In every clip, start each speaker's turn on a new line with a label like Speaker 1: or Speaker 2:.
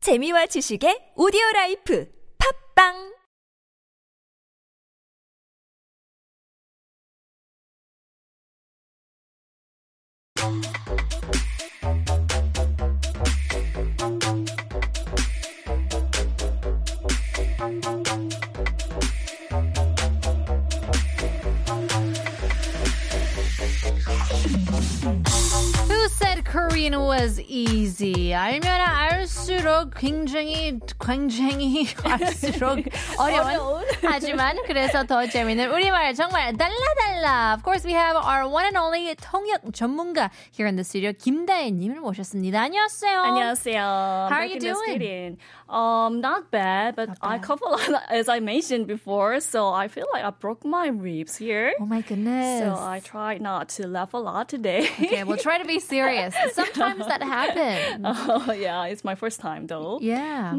Speaker 1: 재미와 지식의 오디오 라이프 팝빵
Speaker 2: Who said Korean was easy? 알면 알수록 굉장히 굉장히 알수록 어려운 하지만 그래서 더 재밌는 우리말 정말 달라달라. Of course, we have our one and only 통역 전문가 here in the studio 김다혜님을 모셨습니다. 안녕하세요.
Speaker 3: 안녕하세요. How
Speaker 2: are you doing?
Speaker 3: Um, not bad, but I
Speaker 2: bad.
Speaker 3: couple as I mentioned before, so I feel like I broke my ribs here.
Speaker 2: Oh my goodness.
Speaker 3: So I tried not to laugh a lot today.
Speaker 2: okay, we'll try to be serious. Sometimes that happens.
Speaker 3: Oh yeah, it's my first time though.
Speaker 2: Yeah.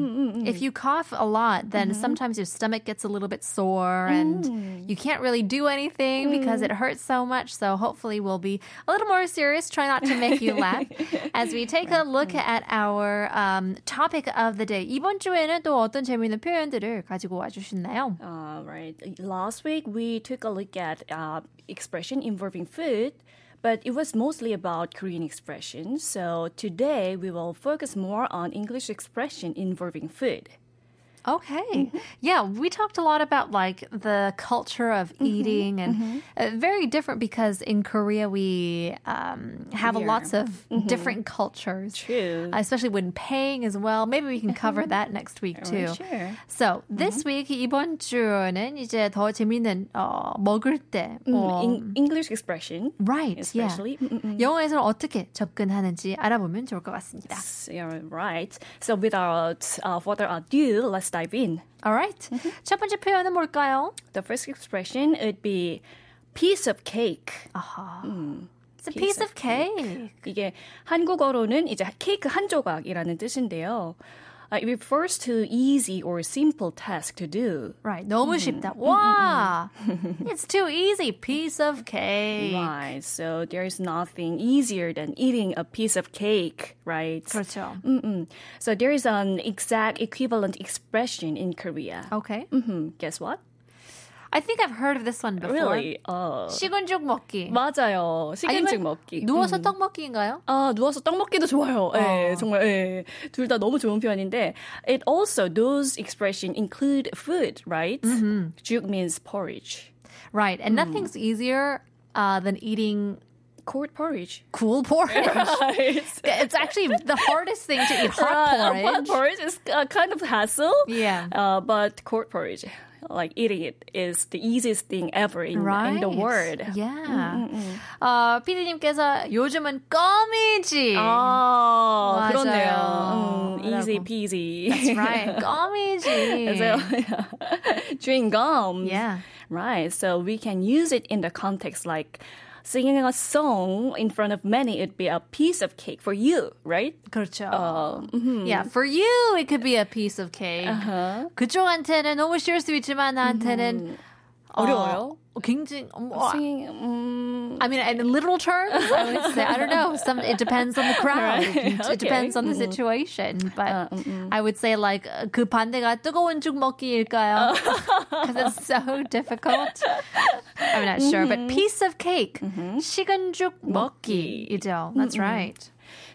Speaker 2: If you cough a lot, then sometimes your stomach gets a little bit sore and you can't really do anything because it hurts so much. So hopefully we'll be a little more serious, try not to make you laugh as we take a look at our um, topic of the day. 이번 주에는 또 어떤 재미있는 표현들을 가지고 와 주셨나요?
Speaker 3: Uh, right. Last week we took a look at uh, expression involving food, but it was mostly about Korean expression. So today we will focus more on English expression involving food.
Speaker 2: Okay. Yeah, we talked a lot about like the culture of eating and uh, very different because in Korea we um, have lots of different cultures.
Speaker 3: True.
Speaker 2: Uh, Especially when paying as well. Maybe we can cover that next week too.
Speaker 3: Sure.
Speaker 2: So this week 이번 주는 이제 더 재밌는 어, 먹을 때 어,
Speaker 3: In English expression.
Speaker 2: right,
Speaker 3: especially.
Speaker 2: yeah. 영어에서는 어떻게 접근하는지 알아보면 좋을 것 같습니다.
Speaker 3: Yeah, right. So without uh, further ado, let's dive in.
Speaker 2: Alright, 첫 번째 표현은 뭘까요?
Speaker 3: The first expression would be piece of cake.
Speaker 2: It's a piece, of cake.
Speaker 3: 이게 한국어로는 이제 케이크 한 조각이라는 뜻인데요. Uh, it refers to easy or simple task to do.
Speaker 2: Right. 너무 쉽다. 와! It's too easy. Piece of cake.
Speaker 3: Right. So there is nothing easier than eating a piece of cake, right?
Speaker 2: 그렇죠.
Speaker 3: Mm. So there is an exact equivalent expression in Korea.
Speaker 2: Okay.
Speaker 3: Hmm, guess what?
Speaker 2: I think I've heard of this one before.
Speaker 3: Really? 어.
Speaker 2: 식은 죽 먹기. Mm.
Speaker 3: 맞아요. 식은죽
Speaker 2: 아니면
Speaker 3: 먹기.
Speaker 2: 누워서 떡 먹기인가요?
Speaker 3: 아, 누워서 떡 먹기도 좋아요. 예,
Speaker 2: 어.
Speaker 3: 정말, 예. 둘 다 너무 좋은 표현인데, it also, those expression include food, right? Juk means porridge.
Speaker 2: Right. And
Speaker 3: Hmm.
Speaker 2: nothing's easier uh, than eating
Speaker 3: Cold porridge.
Speaker 2: cool porridge.
Speaker 3: Right.
Speaker 2: it's actually the hardest thing to eat hot
Speaker 3: Uh,
Speaker 2: porridge.
Speaker 3: hot porridge is a kind of hassle.
Speaker 2: Yeah.
Speaker 3: Uh, but cold porridge, like eating it, is the easiest thing ever in, in the world.
Speaker 2: Yeah. Uh, 어, 피디님께서 요즘은 껌이지.
Speaker 3: 아,
Speaker 2: 맞아요.
Speaker 3: 그렇네요. 음, easy
Speaker 2: 라고.
Speaker 3: peasy.
Speaker 2: Right. 껌이지.
Speaker 3: 그래서 chewing gum.
Speaker 2: Yeah.
Speaker 3: Right. So we can use it in the context like singing a song in front of many. It'd be a piece of cake for you, right?
Speaker 2: 그렇죠.
Speaker 3: 어,
Speaker 2: Yeah, for you it could be a piece of cake.
Speaker 3: Uh-huh.
Speaker 2: 그쪽한테는 너무 쉬울 수 있지만 나한테는
Speaker 3: 어려워요?
Speaker 2: 어, 굉장히 뭐,
Speaker 3: singing. Um,
Speaker 2: I mean, in literal terms, I would say I don't know. Some it depends on the crowd. It,
Speaker 3: Okay.
Speaker 2: depends on the situation. But I would say like uh, 그 반대가 뜨거운 죽 먹기일까요? Because it's so difficult. I'm not sure, but piece of cake, 식은 죽 Mm-hmm. 먹기이죠. That's right.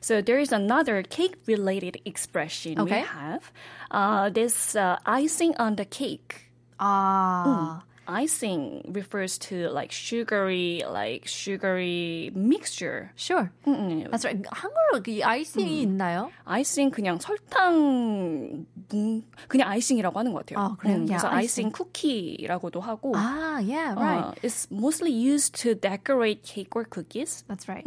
Speaker 3: so there is another cake-related expression
Speaker 2: Okay.
Speaker 3: we have. Uh, this uh, icing on the cake.
Speaker 2: Ah.
Speaker 3: Icing refers to like sugary, like sugary mixture.
Speaker 2: Sure. That's right. 한국어로 그 아이싱이 있나요?
Speaker 3: 아이싱 그냥 설탕 뭉- 그냥 아이싱이라고 하는 것 같아요.
Speaker 2: 아, 그래요? 야,
Speaker 3: 그래서
Speaker 2: 아이싱.
Speaker 3: 아이싱, 쿠키라고도 하고
Speaker 2: 아, yeah,
Speaker 3: 어,
Speaker 2: right.
Speaker 3: Uh, it's mostly used to decorate cake or cookies.
Speaker 2: That's right.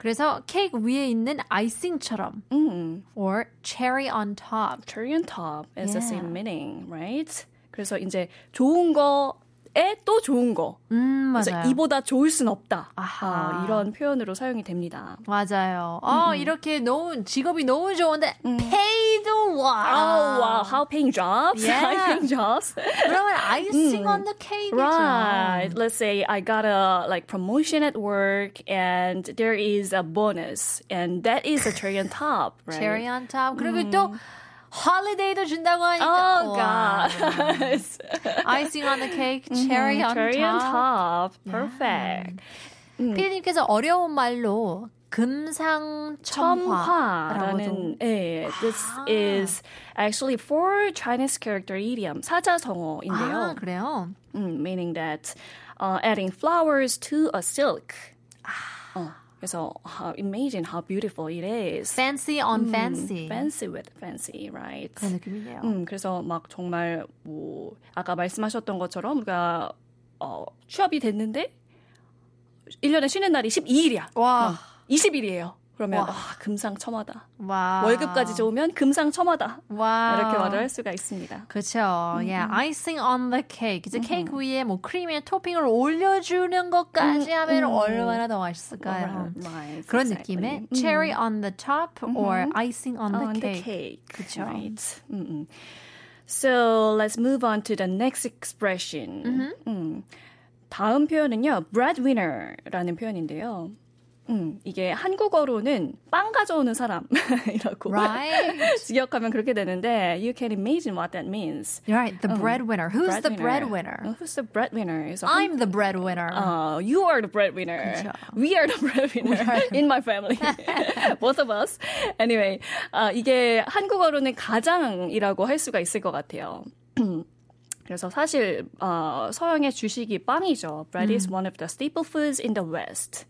Speaker 2: 그래서 케이크 위에 있는 아이싱처럼 or cherry on top.
Speaker 3: Cherry on top is the
Speaker 2: Yeah.
Speaker 3: same meaning, right? 그래서 이제 좋은 거에 또 좋은 거.
Speaker 2: 음,
Speaker 3: 그래서
Speaker 2: 맞아요.
Speaker 3: 이보다 좋을 순 없다.
Speaker 2: 아하.
Speaker 3: 어, 이런 표현으로 사용이 됩니다.
Speaker 2: 맞아요. 아, 이렇게 너무 직업이 너무 좋은데 pay the
Speaker 3: Oh, wow.
Speaker 2: wow.
Speaker 3: How paying jobs?
Speaker 2: Yeah.
Speaker 3: High paying jobs.
Speaker 2: 그러면 아이싱 on the cake이죠.
Speaker 3: Right. Let's say I got a like promotion at work and there is a bonus and that is a cherry on top, right?
Speaker 2: cherry on top. 그리고 또 holiday도 준다고 하니까.
Speaker 3: Oh,
Speaker 2: 와.
Speaker 3: gosh.
Speaker 2: icing on the cake, cherry on
Speaker 3: Cherry on
Speaker 2: top.
Speaker 3: top. Perfect.
Speaker 2: 피디님께서 어려운 말로 금상첨화라고 아.
Speaker 3: 첨화라는 예, this is actually four Chinese character idiom
Speaker 2: 아,
Speaker 3: 사자성어인데요.
Speaker 2: 그래요?
Speaker 3: 음, meaning that uh, adding flowers to a silk.
Speaker 2: 아.
Speaker 3: 어, 그래서 uh, imagine how beautiful it is.
Speaker 2: Fancy
Speaker 3: 음,
Speaker 2: on fancy.
Speaker 3: Fancy with fancy, right?
Speaker 2: 그런 느낌이네요.
Speaker 3: 음, 그래서 막 정말 뭐 아까 말씀하셨던 것처럼 우리가 어, 취업이 됐는데 1년에 쉬는 날이 12일이야. 어,
Speaker 2: 와.
Speaker 3: 20일이에요. 그러면
Speaker 2: 와.
Speaker 3: 와, 금상첨화다. 아.
Speaker 2: 와.
Speaker 3: 월급까지 좋으면 금상첨화다.
Speaker 2: 와.
Speaker 3: 이렇게 말을 할 수가 있습니다.
Speaker 2: 그렇죠. Yeah, icing on the cake. 이제 케이크 위에 뭐 크림의 토핑을 올려주는 것까지 하면 얼마나 더 맛있을까요?
Speaker 3: Right,
Speaker 2: 그런
Speaker 3: 아, exactly. 아,
Speaker 2: 느낌의 cherry on the top or icing on,
Speaker 3: on
Speaker 2: the
Speaker 3: the
Speaker 2: cake.
Speaker 3: cake.
Speaker 2: 그쵸.
Speaker 3: Right. 음, 음. So let's move on to the next expression. 음. 다음 표현은요, breadwinner라는 표현인데요. 음, 이게 한국어로는 빵 가져오는 사람이라고
Speaker 2: Right?
Speaker 3: 직역하면 그렇게 되는데, you can imagine what that means.
Speaker 2: You're right. The breadwinner. Who's the breadwinner?
Speaker 3: 어, Who's the breadwinner? 그래서
Speaker 2: I'm the breadwinner.
Speaker 3: Uh, you are the breadwinner.
Speaker 2: 그쵸.
Speaker 3: We are the breadwinner in my family. Both of us. Anyway, 아, 이게 한국어로는 가장이라고 할 수가 있을 것 같아요. 그래서 사실 어, 서양의 주식이 빵이죠. Bread is one of the staple foods in the West.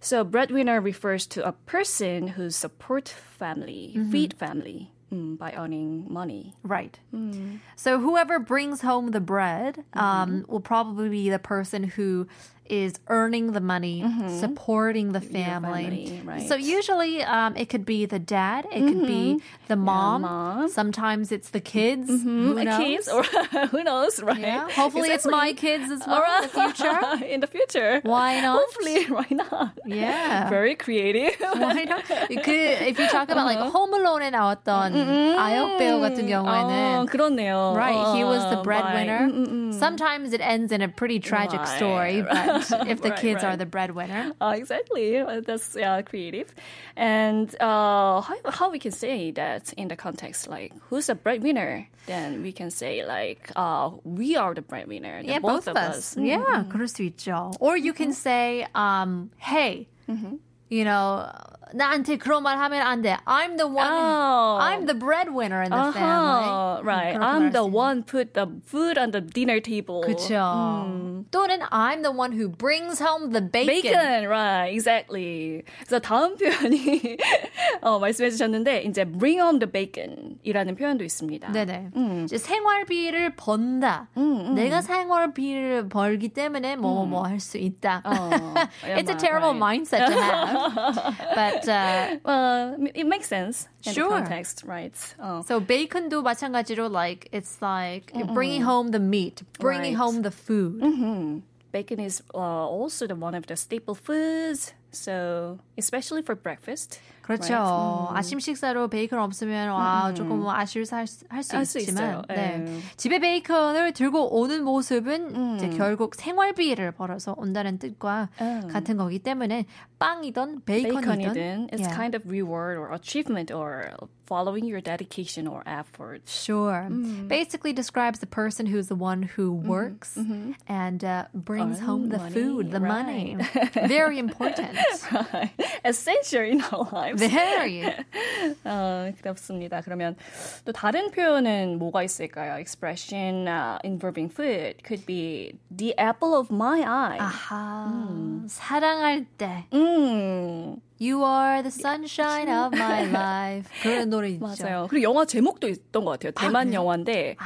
Speaker 3: So breadwinner refers to a person who support family,
Speaker 2: Mm-hmm.
Speaker 3: feed family 음, by earning money.
Speaker 2: Right.
Speaker 3: Hmm.
Speaker 2: So whoever brings home the bread
Speaker 3: Mm-hmm.
Speaker 2: um, will probably be the person who is earning the money, supporting the family.
Speaker 3: Mm-hmm. family, right.
Speaker 2: So usually um, it could be the dad, it could be the mom.
Speaker 3: Mm-hmm. mom.
Speaker 2: Sometimes it's the kids. Who
Speaker 3: A
Speaker 2: knows?
Speaker 3: kids or who knows, right?
Speaker 2: Yeah. Hopefully it's my kids as well in the future.
Speaker 3: in the future.
Speaker 2: Why not?
Speaker 3: Hopefully, why not?
Speaker 2: Yeah.
Speaker 3: Very creative.
Speaker 2: Why not? 그 if you talk about like
Speaker 3: Uh-huh.
Speaker 2: Home Alone에 나왔던 아역 배우 같은
Speaker 3: Mm-hmm.
Speaker 2: 경우에는
Speaker 3: 어, Oh, 그렇네요.
Speaker 2: Right, he was the
Speaker 3: 어,
Speaker 2: breadwinner.
Speaker 3: right. 음, 음, 음.
Speaker 2: Sometimes it ends in a pretty tragic
Speaker 3: Right.
Speaker 2: story, but if the
Speaker 3: Right,
Speaker 2: kids are
Speaker 3: right.
Speaker 2: the breadwinner,
Speaker 3: Uh, exactly. Uh, That's yeah, creative. And uh, how, how we can say that in the context, like, who's the breadwinner? Then we can say, like, uh, we are the breadwinner. the
Speaker 2: yeah, both, of us.
Speaker 3: Mm.
Speaker 2: Yeah, 그럴 수 있죠. Or you
Speaker 3: Mm-hmm.
Speaker 2: can say, um, hey, you know, 나한테 그런 말 하면 안 돼. I'm the one.
Speaker 3: Oh.
Speaker 2: I'm the breadwinner in the
Speaker 3: Uh-huh,
Speaker 2: family.
Speaker 3: Right.
Speaker 2: 그렇게
Speaker 3: I'm
Speaker 2: 말할
Speaker 3: the
Speaker 2: 수 있는.
Speaker 3: one put the food on the dinner table.
Speaker 2: 그쵸. 또는 I'm the one who brings home the
Speaker 3: Mm. Bacon, right, exactly. 그래서 다음 표현이 어, 말씀해 주셨는데 이제 bring home the bacon이라는 표현도 있습니다. 음.
Speaker 2: 네네. 이제 생활비를 번다. 내가 생활비를 벌기 때문에 뭐 뭐 할 수 있다.
Speaker 3: 음. 어, yeah,
Speaker 2: It's a
Speaker 3: right,
Speaker 2: terrible
Speaker 3: right.
Speaker 2: mindset to have. but uh,
Speaker 3: Well, it makes sense in
Speaker 2: Sure.
Speaker 3: the context, right? 어.
Speaker 2: so bacon도 마찬가지로 like it's like bringing home the meat, bringing
Speaker 3: 음, Right.
Speaker 2: home the food.
Speaker 3: Bacon is uh, also the one of the staple foods, so especially for breakfast.
Speaker 2: 그렇죠.
Speaker 3: 음.
Speaker 2: 아침 식사로 베이컨 없으면 와 조금 뭐 아쉬울 할수
Speaker 3: 할수
Speaker 2: 있지만
Speaker 3: 있어요.
Speaker 2: 네.
Speaker 3: 예. 음.
Speaker 2: 집에 베이컨을 들고 오는 모습은 이제 결국 생활비를 벌어서 온다는 뜻과
Speaker 3: 음.
Speaker 2: 같은 거기 때문에 빵이든 베이컨이든,
Speaker 3: Bacon이든 is
Speaker 2: Yeah.
Speaker 3: kind of reward or achievement or following your dedication or effort.
Speaker 2: Sure.
Speaker 3: 음.
Speaker 2: Basically describes the person who's the one who works and uh, brings home the
Speaker 3: 음. money,
Speaker 2: food, the money. Very important.
Speaker 3: Essential in our lives.
Speaker 2: Very.
Speaker 3: 어, 그렇습니다. 그러면 또 다른 표현은 뭐가 있을까요? Expression uh, involving food could be the apple of my eye.
Speaker 2: 아하. 사랑할 때.
Speaker 3: 음,
Speaker 2: You are the sunshine of my life. 그런 노래 있죠.
Speaker 3: 맞아요. 그리고 영화 제목도 있던 것 같아요. 네. 대만 영화인데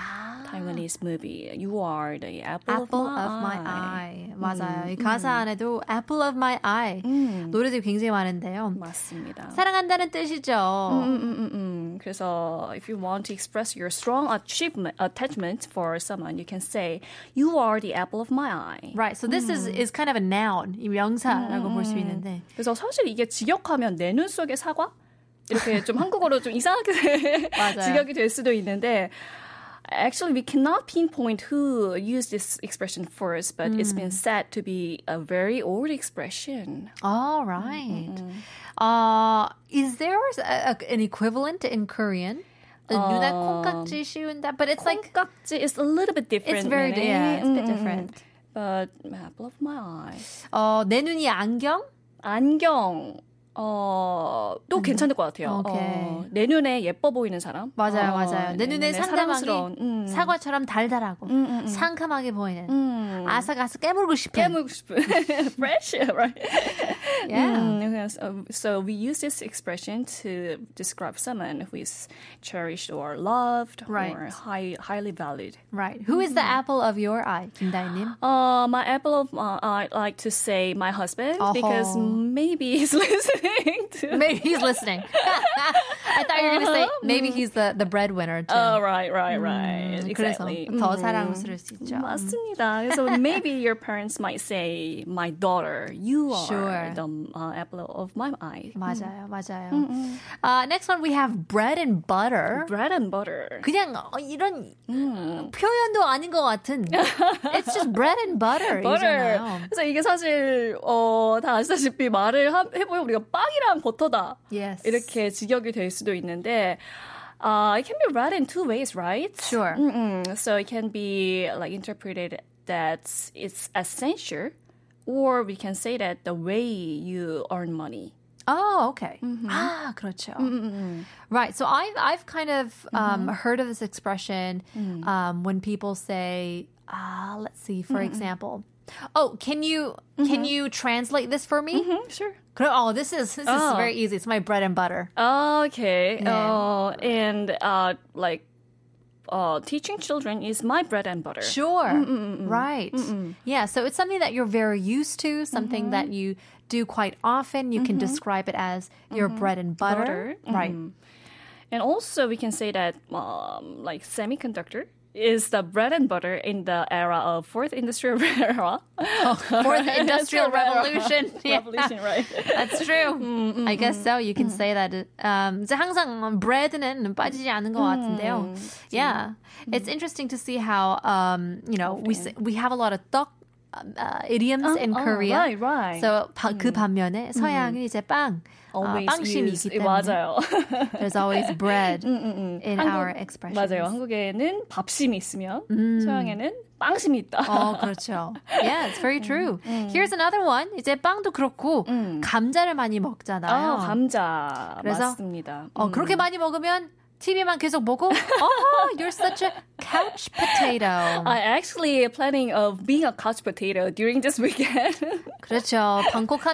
Speaker 3: Taiwanese movie. You are the apple,
Speaker 2: Apple
Speaker 3: of, my
Speaker 2: of my eye. 맞아요. 이 가사 안에도 Apple of my eye. 노래들이 굉장히 많은데요.
Speaker 3: 맞습니다.
Speaker 2: 사랑한다는 뜻이죠.
Speaker 3: 음, 음, 음, 음. 그래서 if you want to express your strong achievement, attachment for someone, you can say you are the apple of my eye.
Speaker 2: Right. So this is is kind of a noun. 이 명사라고 볼 수 있는데.
Speaker 3: 그래서 사실 이게 직역하면 내 눈 속의 사과 이렇게 좀 한국어로 좀 이상하게
Speaker 2: 맞아요.
Speaker 3: 직역이 될 수도 있는데 actually we cannot pinpoint who used this expression first, but it's
Speaker 2: 음.
Speaker 3: been said to be a very old expression.
Speaker 2: All right. Uh, is there a, a- an equivalent in Korean? 누나 콩깍지 씌운다. But it's like
Speaker 3: 깍지 is a little bit different.
Speaker 2: it's very
Speaker 3: meaning.
Speaker 2: yeah, it's a bit
Speaker 3: Mm, mm, mm.
Speaker 2: different.
Speaker 3: But apple of my eye.
Speaker 2: 어, 내 눈이 안경?
Speaker 3: 안경. 어, 또 괜찮을 것 같아요.
Speaker 2: 음. 오케이.
Speaker 3: 어, 내 눈에 예뻐 보이는 사람?
Speaker 2: 맞아요,
Speaker 3: 어,
Speaker 2: 맞아요. 내 눈에 상대방이
Speaker 3: 사랑스러운, 음.
Speaker 2: 사과처럼 달달하고
Speaker 3: 음, 음, 음.
Speaker 2: 상큼하게 보이는
Speaker 3: 음.
Speaker 2: 아삭아삭 깨물고 싶은
Speaker 3: 깨물고 싶은. Fresh, right?
Speaker 2: yeah.
Speaker 3: Mm, yes, um, so we use this expression to describe someone who is cherished or loved or
Speaker 2: Right.
Speaker 3: high, highly valued.
Speaker 2: Right. Who is the
Speaker 3: 음.
Speaker 2: apple of your eye, 김다희님?
Speaker 3: Uh, my apple of my eye, I like to say my husband because
Speaker 2: Oh.
Speaker 3: maybe he's listening to.
Speaker 2: Maybe he's listening. I thought you were going to say maybe he's the, the breadwinner too.
Speaker 3: Uh-huh. Oh, right, right, right.
Speaker 2: Mm, 그래서
Speaker 3: exactly. Mm-hmm.
Speaker 2: 더 사랑스러울 수 있죠.
Speaker 3: 맞습니다. So maybe your parents might say, "My daughter, you are
Speaker 2: Sure.
Speaker 3: the uh, apple of my eye."
Speaker 2: 맞아요, 맞아요.
Speaker 3: 음,
Speaker 2: Uh, next one we have bread and butter.
Speaker 3: Bread and butter.
Speaker 2: 그냥 어, 이런
Speaker 3: 음.
Speaker 2: 표현도 아닌 것 같은. It's just bread and butter.
Speaker 3: 버터.
Speaker 2: 이잖아요.
Speaker 3: 그래서 이게 사실 어다 아시다시피 말을 하- 해보면 우리가 빵이랑 버터다
Speaker 2: Yes.
Speaker 3: 이렇게 직역이 될 수도 있는데. Uh, it can be read in two ways, right?
Speaker 2: Sure.
Speaker 3: Mm-mm. So it can be like interpreted that it's essential, or we can say that the way you earn money.
Speaker 2: Oh, okay. Ah, 그렇죠. Right. So I've I've kind of um, heard of this expression um, when people say, ah, let's see, for example, oh, can you can you translate this for me?
Speaker 3: Sure.
Speaker 2: 그럼- Oh, this is this is
Speaker 3: Mm-hmm. Oh.
Speaker 2: very easy. It's my bread and butter.
Speaker 3: Okay.
Speaker 2: 네.
Speaker 3: Oh, and uh, like uh, teaching children is my bread and butter.
Speaker 2: Sure. Right. Yeah. So it's something that you're very used to, something that you do quite often. You can describe it as your bread and butter.
Speaker 3: Butter.
Speaker 2: Right.
Speaker 3: And also, we can say that um, like semiconductor is the bread and butter in the era of fourth industrial era.
Speaker 2: Fourth Industrial Revolution. Yeah.
Speaker 3: Revolution, right?
Speaker 2: That's true.
Speaker 3: Mm,
Speaker 2: I guess so. You can say that. Um, 이제 항상 bread는 빠지지 않은 것 같은데요. Yeah, it's interesting to see how um, you know we s- we have a lot of 떡 um, uh, idioms in
Speaker 3: oh,
Speaker 2: Korea.
Speaker 3: right, right. Mm. Mm-hmm.
Speaker 2: So
Speaker 3: Ah,
Speaker 2: 바, 그 반면에 서양은 이제 빵 어, 빵심이기 때문에
Speaker 3: 맞아요. Mm,
Speaker 2: there's always bread in our expression.
Speaker 3: 맞아요. 한국에는 밥심이 있으면 서양에는 빵심이 있다.
Speaker 2: 어, 그렇죠. Yeah, it's very true. Here's another one. 이제 빵도 그렇고 감자를 많이 먹잖아요.
Speaker 3: 아, 감자
Speaker 2: 그래서-
Speaker 3: 맞습니다.
Speaker 2: 어, 그렇게 많이 먹으면 TV만 계속 보고, oh, you're such a couch potato.
Speaker 3: I actually planning of being a couch potato during this weekend.
Speaker 2: 그렇죠.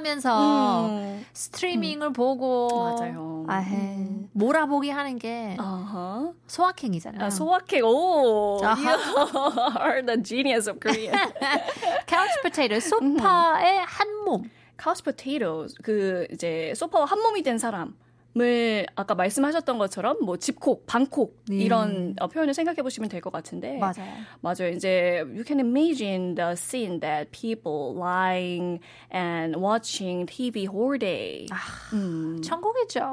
Speaker 2: 방콕하면서 스트리밍을 보고,
Speaker 3: 음. 맞아요.
Speaker 2: 아헤, 몰아보기 하는 게
Speaker 3: uh-huh.
Speaker 2: 소확행이잖아요.
Speaker 3: 아, 소확행. 오,
Speaker 2: 아하.
Speaker 3: you are the genius of Korean.
Speaker 2: couch potato,
Speaker 3: 음.
Speaker 2: 소파의 한 몸.
Speaker 3: couch potato 그 이제 소파와 한 몸이 된 사람을 아까 말씀하셨던 것처럼 뭐 집콕, 방콕 이런 어, 표현을 생각해 보시면 될 것 같은데
Speaker 2: 음. 맞아요.
Speaker 3: 맞아요. 이제 you can imagine the scene that people lying and watching TV whole day.
Speaker 2: 아,
Speaker 3: 음,
Speaker 2: 천국이죠.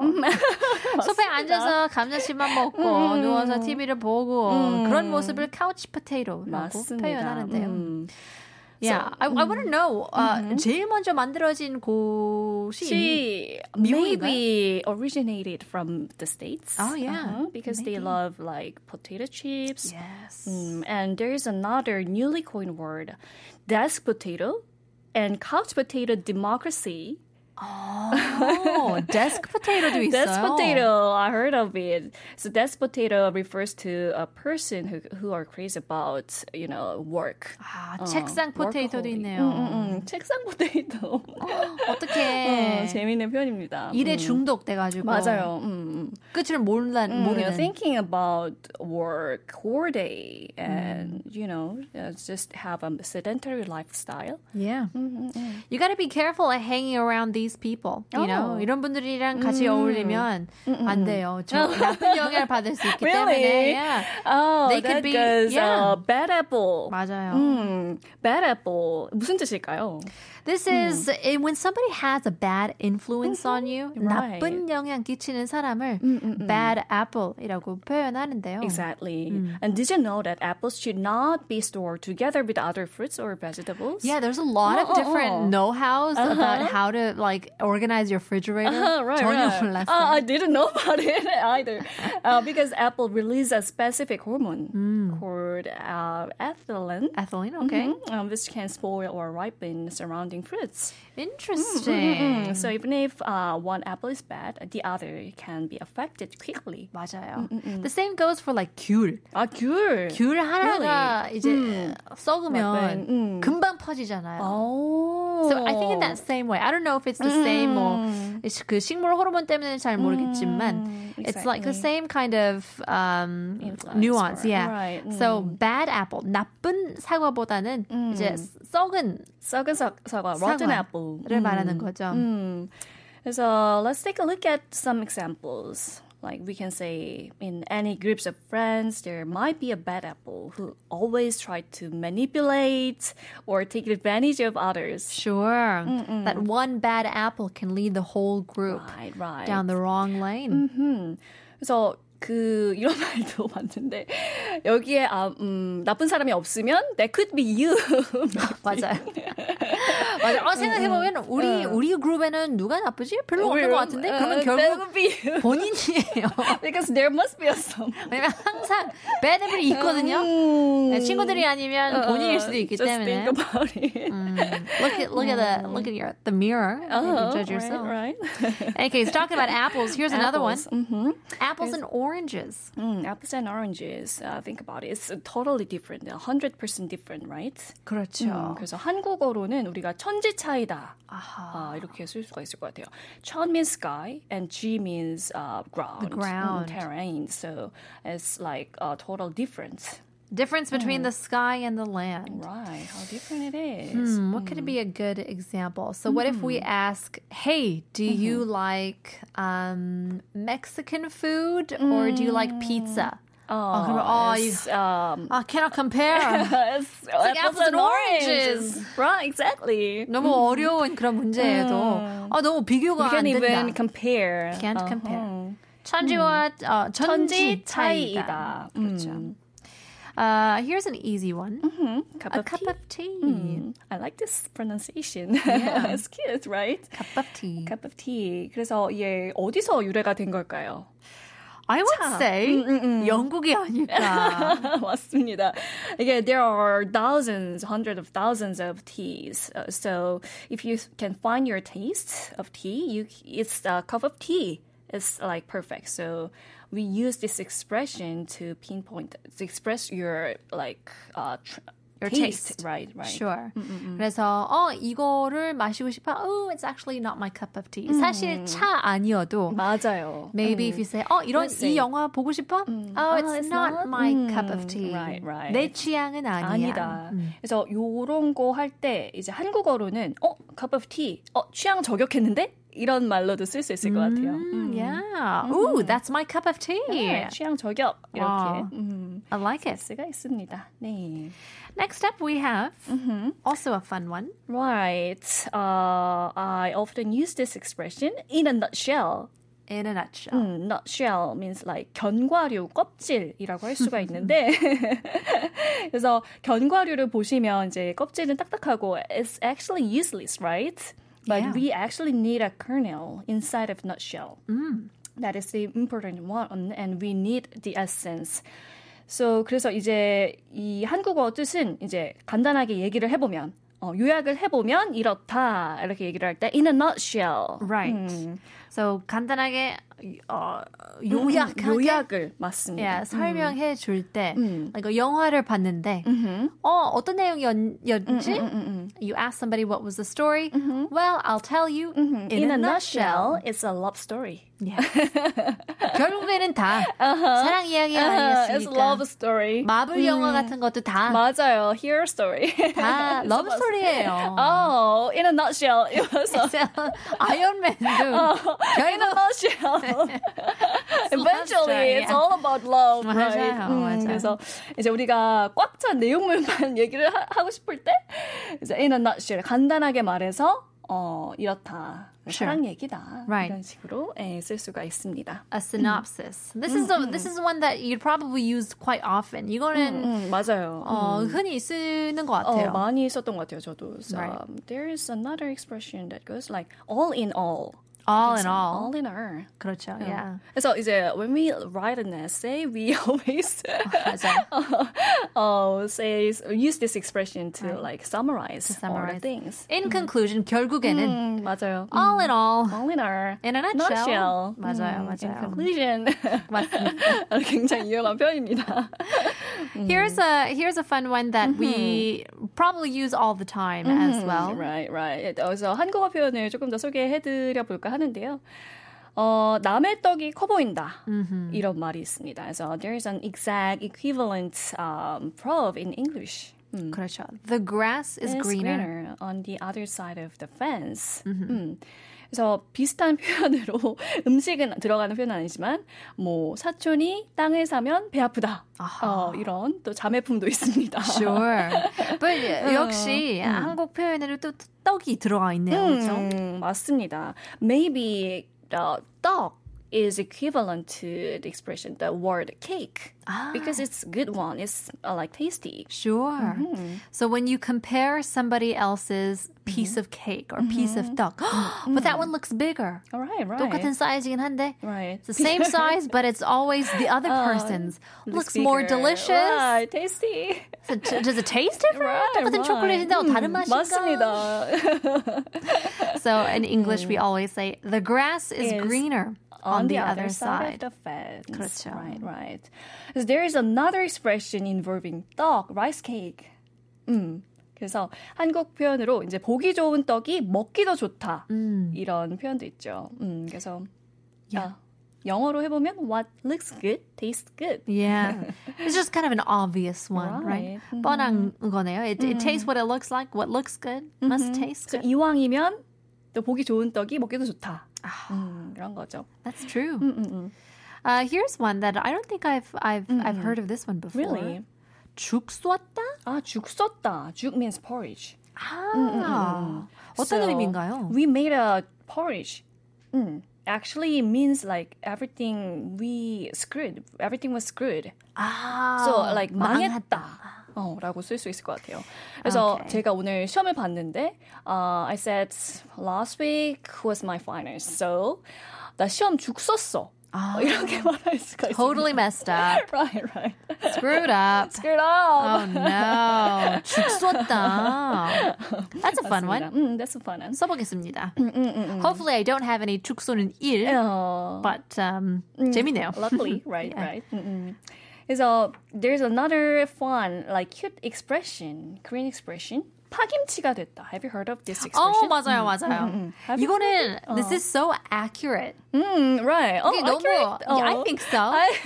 Speaker 2: 소파에 앉아서 감자칩만
Speaker 3: 음,
Speaker 2: 먹고 누워서 TV를 보고 그런 모습을 couch potato라고
Speaker 3: 맞습니다.
Speaker 2: 표현하는데요.
Speaker 3: 음.
Speaker 2: Yeah, I, I
Speaker 3: mm.
Speaker 2: want to know. Uh,
Speaker 3: Mm-hmm.
Speaker 2: 제일 먼저 만들어진 곳이
Speaker 3: She
Speaker 2: 미국인가요?
Speaker 3: maybe originated from the states.
Speaker 2: Oh, yeah.
Speaker 3: Uh-huh, because they love like potato chips.
Speaker 2: Yes.
Speaker 3: Mm, and there is another newly coined word, desk potato, and couch potato democracy.
Speaker 2: Oh, desk potato도 있어요.
Speaker 3: Desk potato, I heard of it. So desk potato refers to a person who who are crazy about you know work.
Speaker 2: 아, 책상 포테이토도
Speaker 3: 어, workaholic.
Speaker 2: 있네요.
Speaker 3: 음, 책상 포테이토.
Speaker 2: 어떻게
Speaker 3: 어, 재미있는 표현입니다.
Speaker 2: 일에
Speaker 3: 음.
Speaker 2: 중독돼가지고
Speaker 3: 맞아요. 음, 음.
Speaker 2: 끝을 몰라
Speaker 3: you know,
Speaker 2: 모르는.
Speaker 3: thinking about work whole day and you know uh, just have a sedentary lifestyle.
Speaker 2: Yeah.
Speaker 3: 음,
Speaker 2: You gotta be careful at hanging around these people. You know,
Speaker 3: Oh. 음.
Speaker 2: 이런 분들이랑 같이 어울리면 안 돼요. 저 나쁜 영향을 받을 수 있기 때문에.
Speaker 3: Really?
Speaker 2: Yeah.
Speaker 3: Oh,
Speaker 2: They
Speaker 3: that
Speaker 2: could be-
Speaker 3: goes
Speaker 2: yeah.
Speaker 3: uh, bad apple.
Speaker 2: 맞아요.
Speaker 3: 음, bad apple 무슨 뜻일까요?
Speaker 2: This is eh, when somebody has a bad influence on you.
Speaker 3: Right.
Speaker 2: 나쁜 영향 끼치는 사람을 bad apple이라고 표현하는데요.
Speaker 3: Exactly. And did you know that apples should not be stored together with other fruits or vegetables?
Speaker 2: Yeah, there's a lot
Speaker 3: Oh,
Speaker 2: of
Speaker 3: oh,
Speaker 2: different
Speaker 3: oh.
Speaker 2: Uh-huh. know-hows about how to like like organize your refrigerator?
Speaker 3: right,
Speaker 2: 전혀
Speaker 3: right.
Speaker 2: 몰랐어요.
Speaker 3: Uh, I didn't know about it either, uh, because Apple released a specific hormone called uh, ethylene,
Speaker 2: Ethylene, okay.
Speaker 3: Mhm, um, which can spoil or ripen surrounding fruits.
Speaker 2: Interesting.
Speaker 3: Mm, So even if uh, one apple is bad, the other can be affected quickly.
Speaker 2: mm-hmm. 맞아요. The same goes for like 귤.
Speaker 3: A cure.
Speaker 2: 귤 하나가 이제 썩으면 금방 퍼지잖아요.
Speaker 3: Oh.
Speaker 2: So I think in that same way. I don't know if it's the same or
Speaker 3: 음.
Speaker 2: 시- 그 식물 호르몬 때문에는 잘 모르겠지만 it's like the same kind of um,
Speaker 3: Influence
Speaker 2: nuance.
Speaker 3: or-
Speaker 2: Yeah.
Speaker 3: right, 음.
Speaker 2: So bad apple, 나쁜 사과보다는 이제 썩은
Speaker 3: 썩은 사, 사과, rotten
Speaker 2: 사과를
Speaker 3: apple.
Speaker 2: 말하는 거죠.
Speaker 3: 음. So let's take a look at some examples. Like we can say in any groups of friends, there might be a bad apple who always try to manipulate or take advantage of others.
Speaker 2: Sure.
Speaker 3: 음,
Speaker 2: That one bad apple can lead the whole group
Speaker 3: Right, right.
Speaker 2: down the wrong lane.
Speaker 3: 음. 그래서 그 이런 말도 봤는데 여기에 아, 음, 나쁜 사람이 없으면 that could be you.
Speaker 2: 맞아요. 맞아. 어, 생각해보면
Speaker 3: 음,
Speaker 2: 우리 우리 그룹에는 누가 나쁘지? 별로 없는 것 같은데. 그러면
Speaker 3: Uh, that
Speaker 2: 결국
Speaker 3: could be you.
Speaker 2: 본인이에요.
Speaker 3: Because there must be a some.
Speaker 2: 왜냐면 항상 배드블이 있거든요. 친구들이 아니면 본인일 수도 있기
Speaker 3: Just
Speaker 2: 때문에.
Speaker 3: think about it.
Speaker 2: Look at look at the look at your the mirror and judge yourself.
Speaker 3: right, right.
Speaker 2: Okay, he's talking about apples. Here's another one.
Speaker 3: Apples,
Speaker 2: Apples and oranges.
Speaker 3: Mm, apples and oranges. Uh, think about it. It's totally different. 100% different, right? 음,
Speaker 2: 그렇죠.
Speaker 3: 그래서 한국어로는 우리가 천지 차이다. 아, 이렇게 쓸 수가 있을 것 같아요. 천 means sky and G means uh, ground,
Speaker 2: ground.
Speaker 3: 음, terrain. So it's like uh, total different.
Speaker 2: Difference between the sky and the land.
Speaker 3: Right? How different it is.
Speaker 2: Hmm, What could be a good example? So, what if we ask, "Hey, do you like um, Mexican food or do you like pizza?" Oh, 그럼, 어, 이-
Speaker 3: It's, um,
Speaker 2: I cannot compare.
Speaker 3: it's
Speaker 2: like apples and
Speaker 3: Right? Exactly.
Speaker 2: 너무 어려운 그런 문제에도 아 너무 비교가
Speaker 3: You
Speaker 2: 안
Speaker 3: can't
Speaker 2: 된다.
Speaker 3: even compare.
Speaker 2: Can't
Speaker 3: 어,
Speaker 2: compare. 천지와 어, 천지
Speaker 3: 천지
Speaker 2: 차이다.
Speaker 3: 차이다.
Speaker 2: 그렇죠. Uh, here's an easy one.
Speaker 3: Cup
Speaker 2: A
Speaker 3: of
Speaker 2: cup
Speaker 3: tea.
Speaker 2: of tea.
Speaker 3: 음, I like this pronunciation. it's cute, right?
Speaker 2: Cup of tea.
Speaker 3: Cup of tea. 그래서 이게 어디서 유래가 된 걸까요?
Speaker 2: I would say 영국이 아닐까.
Speaker 3: 맞습니다. 이게 there are thousands, hundreds of thousands of teas. Uh, So if you can find your taste of tea, you it's a cup of tea. It's like perfect. So we use this expression to pinpoint to express your like uh, tr-
Speaker 2: Your taste.
Speaker 3: right? Right.
Speaker 2: Sure. 그래서 어 이거를 마시고 싶어. Oh, it's actually not my cup of tea. 사실 차 아니어도
Speaker 3: 맞아요.
Speaker 2: maybe if you say 어 이런
Speaker 3: Let's
Speaker 2: 이
Speaker 3: say.
Speaker 2: 영화 보고 싶어. Oh, it's,
Speaker 3: Oh, it's
Speaker 2: not,
Speaker 3: not?
Speaker 2: my cup of tea.
Speaker 3: Right, right.
Speaker 2: 내 취향은 아니야.
Speaker 3: 아니다. 그래서 요런 거 할 때 이제 한국어로는 어, cup of tea. 어, 취향 저격했는데? 이런 말로도 쓸 수 있을 것 같아요. 음.
Speaker 2: Mm, yeah. Ooh, that's my cup of tea.
Speaker 3: 네, 취향 저격 이렇게
Speaker 2: 예. 와.
Speaker 3: 음,
Speaker 2: I like it.
Speaker 3: 쓰가 있습니다. 네.
Speaker 2: Next up, we have also a fun one.
Speaker 3: Right. Uh, I often use this expression in a nutshell.
Speaker 2: In a nutshell.
Speaker 3: 음, nutshell means like 견과류 껍질이라고 할 수가 있는데 그래서 견과류를 보시면 이제 껍질은 딱딱하고 it's actually useless, right? But
Speaker 2: Yeah.
Speaker 3: we actually need a kernel inside of nutshell.
Speaker 2: 음.
Speaker 3: That is the important one, and we need the essence. So 그래서 이제 이 한국어 뜻은 이제 간단하게 얘기를 해보면 어, 요약을 해보면 이렇다 이렇게 얘기를 할 때 in a nutshell.
Speaker 2: Right. So 간단하게 어, Mm-hmm. 요약하게 Mm-hmm. Mm.
Speaker 3: 요약을 맞습니다.
Speaker 2: 예, 설명해 줄 때, like, 영화를 봤는데, 어, 어떤 내용이었지? You ask somebody what was the story. Well, I'll tell you Mm-hmm. in, a nutshell.
Speaker 3: it's a love story.
Speaker 2: 결국에는 다 사랑 이야기
Speaker 3: it's a
Speaker 2: 아니겠습니까?
Speaker 3: love story.
Speaker 2: 마블 영화 같은 것도 다,
Speaker 3: 맞아요, hero story.
Speaker 2: 다 러브 스토리예요.
Speaker 3: oh, in a nutshell, it was a
Speaker 2: 아이언맨도
Speaker 3: in a
Speaker 2: 결국
Speaker 3: nutshell. Eventually,
Speaker 2: story,
Speaker 3: it's
Speaker 2: yeah.
Speaker 3: all about love,
Speaker 2: 맞아요,
Speaker 3: right? 음,
Speaker 2: 맞아요.
Speaker 3: 그래서 이제 우리가 꽉 찬 내용물만 얘기를 하, 하고 싶을 때 이제 in a nutshell 간단하게 말해서 어, 이렇다. 사랑 얘기다.
Speaker 2: Right.
Speaker 3: 이런 식으로 예, 쓸 수가 있습니다.
Speaker 2: A synopsis. This is a, this is one that you'd probably use quite often. 이거는
Speaker 3: 음, 맞아요.
Speaker 2: 어, 흔히 쓰는 것
Speaker 3: 어,
Speaker 2: 같아요.
Speaker 3: 많이 썼던 것 같아요, 저도. So,
Speaker 2: Right.
Speaker 3: um, there is another expression that goes like all in all.
Speaker 2: all in
Speaker 3: 그래서
Speaker 2: all.
Speaker 3: all in all. Um,
Speaker 2: 그렇죠. Yeah.
Speaker 3: 그래서 이제 when we write an essay, we always
Speaker 2: 맞아요.
Speaker 3: uh, say use this expression to like summarize, all the
Speaker 2: summarize.
Speaker 3: things.
Speaker 2: In conclusion, 결국에는
Speaker 3: 음, 맞아요.
Speaker 2: all in all.
Speaker 3: all in all.
Speaker 2: In a nutshell.
Speaker 3: nutshell.
Speaker 2: 맞아요,
Speaker 3: 음, In
Speaker 2: 맞아요.
Speaker 3: conclusion.
Speaker 2: 맞습니다.
Speaker 3: 굉장히 유용한 표현입니다.
Speaker 2: Here's a here's a fun one that we probably use all the time as well.
Speaker 3: 음, Right, right. 그래서 한국어 표현을 조금 더 소개해드려 볼까 하는데요. 어, 남의 떡이 커 보인다. 이런 말이 있습니다. 그래서 there is an exact equivalent um, proverb in English. 음,
Speaker 2: 그렇죠. The grass is
Speaker 3: It's
Speaker 2: greener.
Speaker 3: greener on the other side of the fence. 음. 그래서 비슷한 표현으로 음식은 들어가는 표현은 아니지만 뭐 사촌이 땅을 사면 배 아프다. 어, 이런 또 자매품도 있습니다.
Speaker 2: Sure. But 역시 한국 표현에는 또 떡이 들어가 있네요. 그렇죠?
Speaker 3: 음, 맞습니다. Maybe uh, 떡 is equivalent to the expression the word cake because it's good one. It's uh, like tasty.
Speaker 2: Sure. So when you compare somebody else's piece of cake or piece of duck, but that one looks bigger.
Speaker 3: All right, right.
Speaker 2: 똑같은 사이즈긴 한데.
Speaker 3: Right.
Speaker 2: It's
Speaker 3: Uh,
Speaker 2: the same size, but it's always the other person's. Looks more delicious.
Speaker 3: Right, tasty.
Speaker 2: So, t- Does it taste different? 똑같은 초콜릿인데 어, 다른 맛인가?
Speaker 3: 맞습니다.
Speaker 2: So in English, we always say the grass is
Speaker 3: Is
Speaker 2: greener on, the, other side.
Speaker 3: of the fence.
Speaker 2: 그렇죠.
Speaker 3: Right, right. So there is another expression involving 떡, rice cake. 음. 그래서 한국 표현으로 이제 보기 좋은 떡이 먹기도 좋다.
Speaker 2: 음.
Speaker 3: 이런 표현도 있죠. 음, 그래서 아, 영어로 해보면 what looks good tastes good.
Speaker 2: Yeah, it's just kind of an obvious one, right?
Speaker 3: Mm-hmm.
Speaker 2: 뻔한 거네요. It, it tastes what it looks like. What looks good must taste
Speaker 3: 그래서
Speaker 2: good.
Speaker 3: 이왕이면 또 보기 좋은 떡이 먹기도 좋다.
Speaker 2: 아.
Speaker 3: 음, 그런 거죠.
Speaker 2: That's true. Uh, here's one that I don't think I've I've I've heard of this one before.
Speaker 3: Really?
Speaker 2: 죽 쏘았다?
Speaker 3: 아, 죽 썼다. 죽 means porridge.
Speaker 2: 아, 어떤
Speaker 3: So,
Speaker 2: 의미인가요?
Speaker 3: We made a porridge. 음, Actually, it means like everything we screwed. Everything was screwed.
Speaker 2: 아,
Speaker 3: So like
Speaker 2: 망했다.
Speaker 3: 망했다. 어, 라고 쓸 수 있을 것 같아요. 그래서
Speaker 2: Okay.
Speaker 3: 제가 오늘 시험을 봤는데 uh, I said last week was my finals. So 나 시험 죽 썼어. 이렇게 말할 수가 있어요.
Speaker 2: Totally messed up.
Speaker 3: right, right.
Speaker 2: Screwed up.
Speaker 3: Screwed up.
Speaker 2: Oh no. 죽 쏘았다. That's a fun one.
Speaker 3: 음, that's a fun one.
Speaker 2: 써보겠습니다. Hopefully I don't have any 축 쏘는 일,
Speaker 3: 어,
Speaker 2: but um,
Speaker 3: Mm.
Speaker 2: 재밌네요.
Speaker 3: Luckily, right, right. Mm-mm. So there's another fun, like cute expression, Korean expression. 파김치가 됐다. Have you heard of this
Speaker 2: 어
Speaker 3: expression?
Speaker 2: Oh, 맞아요 맞아요.
Speaker 3: Have you
Speaker 2: 이거는 this is so accurate.
Speaker 3: Mm, right. Oh,
Speaker 2: 이게 너무
Speaker 3: accurate.
Speaker 2: yeah, I
Speaker 3: Oh.
Speaker 2: think so.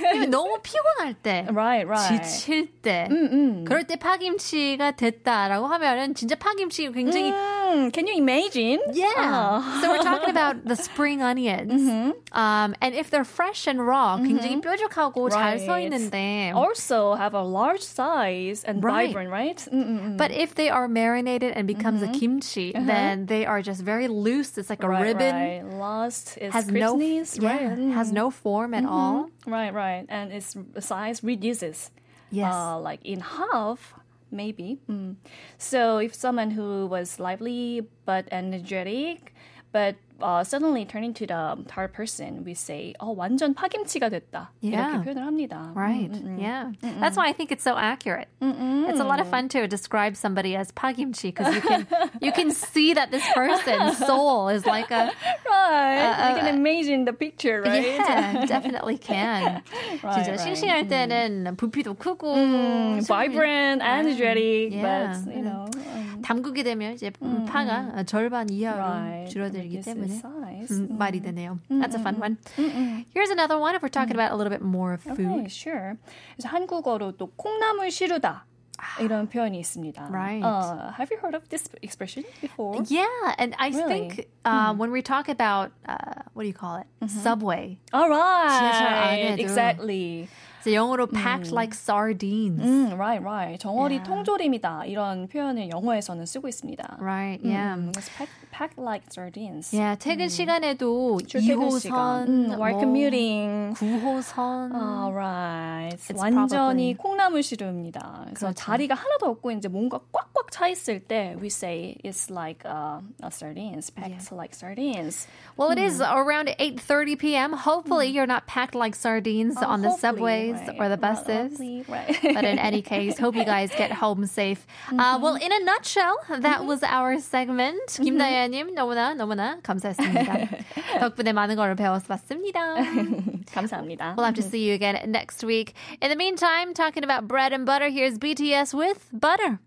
Speaker 2: 왜냐면 너무 피곤할 때,
Speaker 3: Right, right.
Speaker 2: 지칠 때, 그럴 때 파김치가 됐다라고 하면은 진짜 파김치 굉장히
Speaker 3: Mm, can you imagine?
Speaker 2: Yeah. So we're talking about the spring onions.
Speaker 3: Mm-hmm.
Speaker 2: Um, and if they're fresh and raw, 굉장히 뾰족하고 잘 서
Speaker 3: Right. Oh.
Speaker 2: 있는데.
Speaker 3: Also have a large size and
Speaker 2: Right.
Speaker 3: vibrant, right? Mm-mm.
Speaker 2: But if they are marinated and becomes a kimchi, then they are just very loose. It's like a
Speaker 3: Mm-hmm. Uh-huh. Right,
Speaker 2: ribbon.
Speaker 3: right. Lost is
Speaker 2: Has no,
Speaker 3: crispness,
Speaker 2: yeah,
Speaker 3: right? Mm-hmm.
Speaker 2: has no form at all.
Speaker 3: Right, right. And its size reduces.
Speaker 2: Yes.
Speaker 3: Uh, like in half, maybe. Mm. So if someone who was lively but energetic, but uh, suddenly turn into the tired person, we say, oh, 완전 파김치가 됐다.
Speaker 2: Yeah.
Speaker 3: 이렇게 표현을 합니다.
Speaker 2: Right. mm-hmm.
Speaker 3: Mm-hmm.
Speaker 2: Yeah. That's why I think it's so accurate. It's a lot of fun to describe somebody as pagimchi because you can you can see that this person's soul is like a
Speaker 3: Right.
Speaker 2: Uh,
Speaker 3: you can imagine the picture, right?
Speaker 2: Yeah, definitely can.
Speaker 3: Right,
Speaker 2: 진짜
Speaker 3: right. Mm-hmm. Mm,
Speaker 2: 싱싱할 때는 부피도 크고
Speaker 3: Vibrant, energetic,
Speaker 2: Yeah. Uh-huh.
Speaker 3: but you know. um,
Speaker 2: 담그게 되면 이제 파가 절반 이하로
Speaker 3: Mm-hmm. Right.
Speaker 2: 줄어들기
Speaker 3: reduces
Speaker 2: 때문에
Speaker 3: size.
Speaker 2: 음, 말이 되네요. That's a fun one. Here's another one if we're talking about a little bit more food.
Speaker 3: Mm-hmm. Mm. Okay, Oh, sure. 그래서 한국어로 또 콩나물 시루다 이런 표현이 있습니다.
Speaker 2: Ah. Right.
Speaker 3: Uh, have you heard of this expression before? Hmm.
Speaker 2: Yeah, and I think uh, when we talk
Speaker 3: Mm-hmm.
Speaker 2: about uh, what do you call it, Subway,
Speaker 3: All
Speaker 2: 지하철
Speaker 3: right.
Speaker 2: 안에도.
Speaker 3: Exactly.
Speaker 2: So 영어로 packed like sardines.
Speaker 3: 음, right, right. 정어리 통조림이다. 이런 표현을 영어에서는 쓰고 있습니다.
Speaker 2: Right, yeah.
Speaker 3: 음, it's pack, packed like sardines.
Speaker 2: Yeah, 퇴근 시간에도
Speaker 3: Mm. 출퇴근
Speaker 2: 2호선, 뭐.
Speaker 3: 시간, 음, while commuting.
Speaker 2: 9호선.
Speaker 3: Alright.
Speaker 2: It's probably-
Speaker 3: 완전히 콩나물 시루입니다. 그래서
Speaker 2: 그렇죠.
Speaker 3: 자리가 하나도 없고 이제 뭔가 꽉꽉 차 있을 때 we say it's like uh, a sardines, packed like sardines.
Speaker 2: Well, it is around 8:30 p.m. Hopefully, you're not packed like sardines
Speaker 3: Uh,
Speaker 2: on the
Speaker 3: hopefully,
Speaker 2: subways
Speaker 3: right.
Speaker 2: or the
Speaker 3: Well,
Speaker 2: buses.
Speaker 3: hopefully, right.
Speaker 2: but in any case, hope you guys get home safe. Uh, well, in a nutshell, that was our segment. 김나연님 너무나 너무나 감사했습니다. 덕분에 많은 걸 배웠습니다.
Speaker 3: 감사합니다.
Speaker 2: We'll have to see you again next week. In the meantime, talking about bread and butter, here's BTS with butter.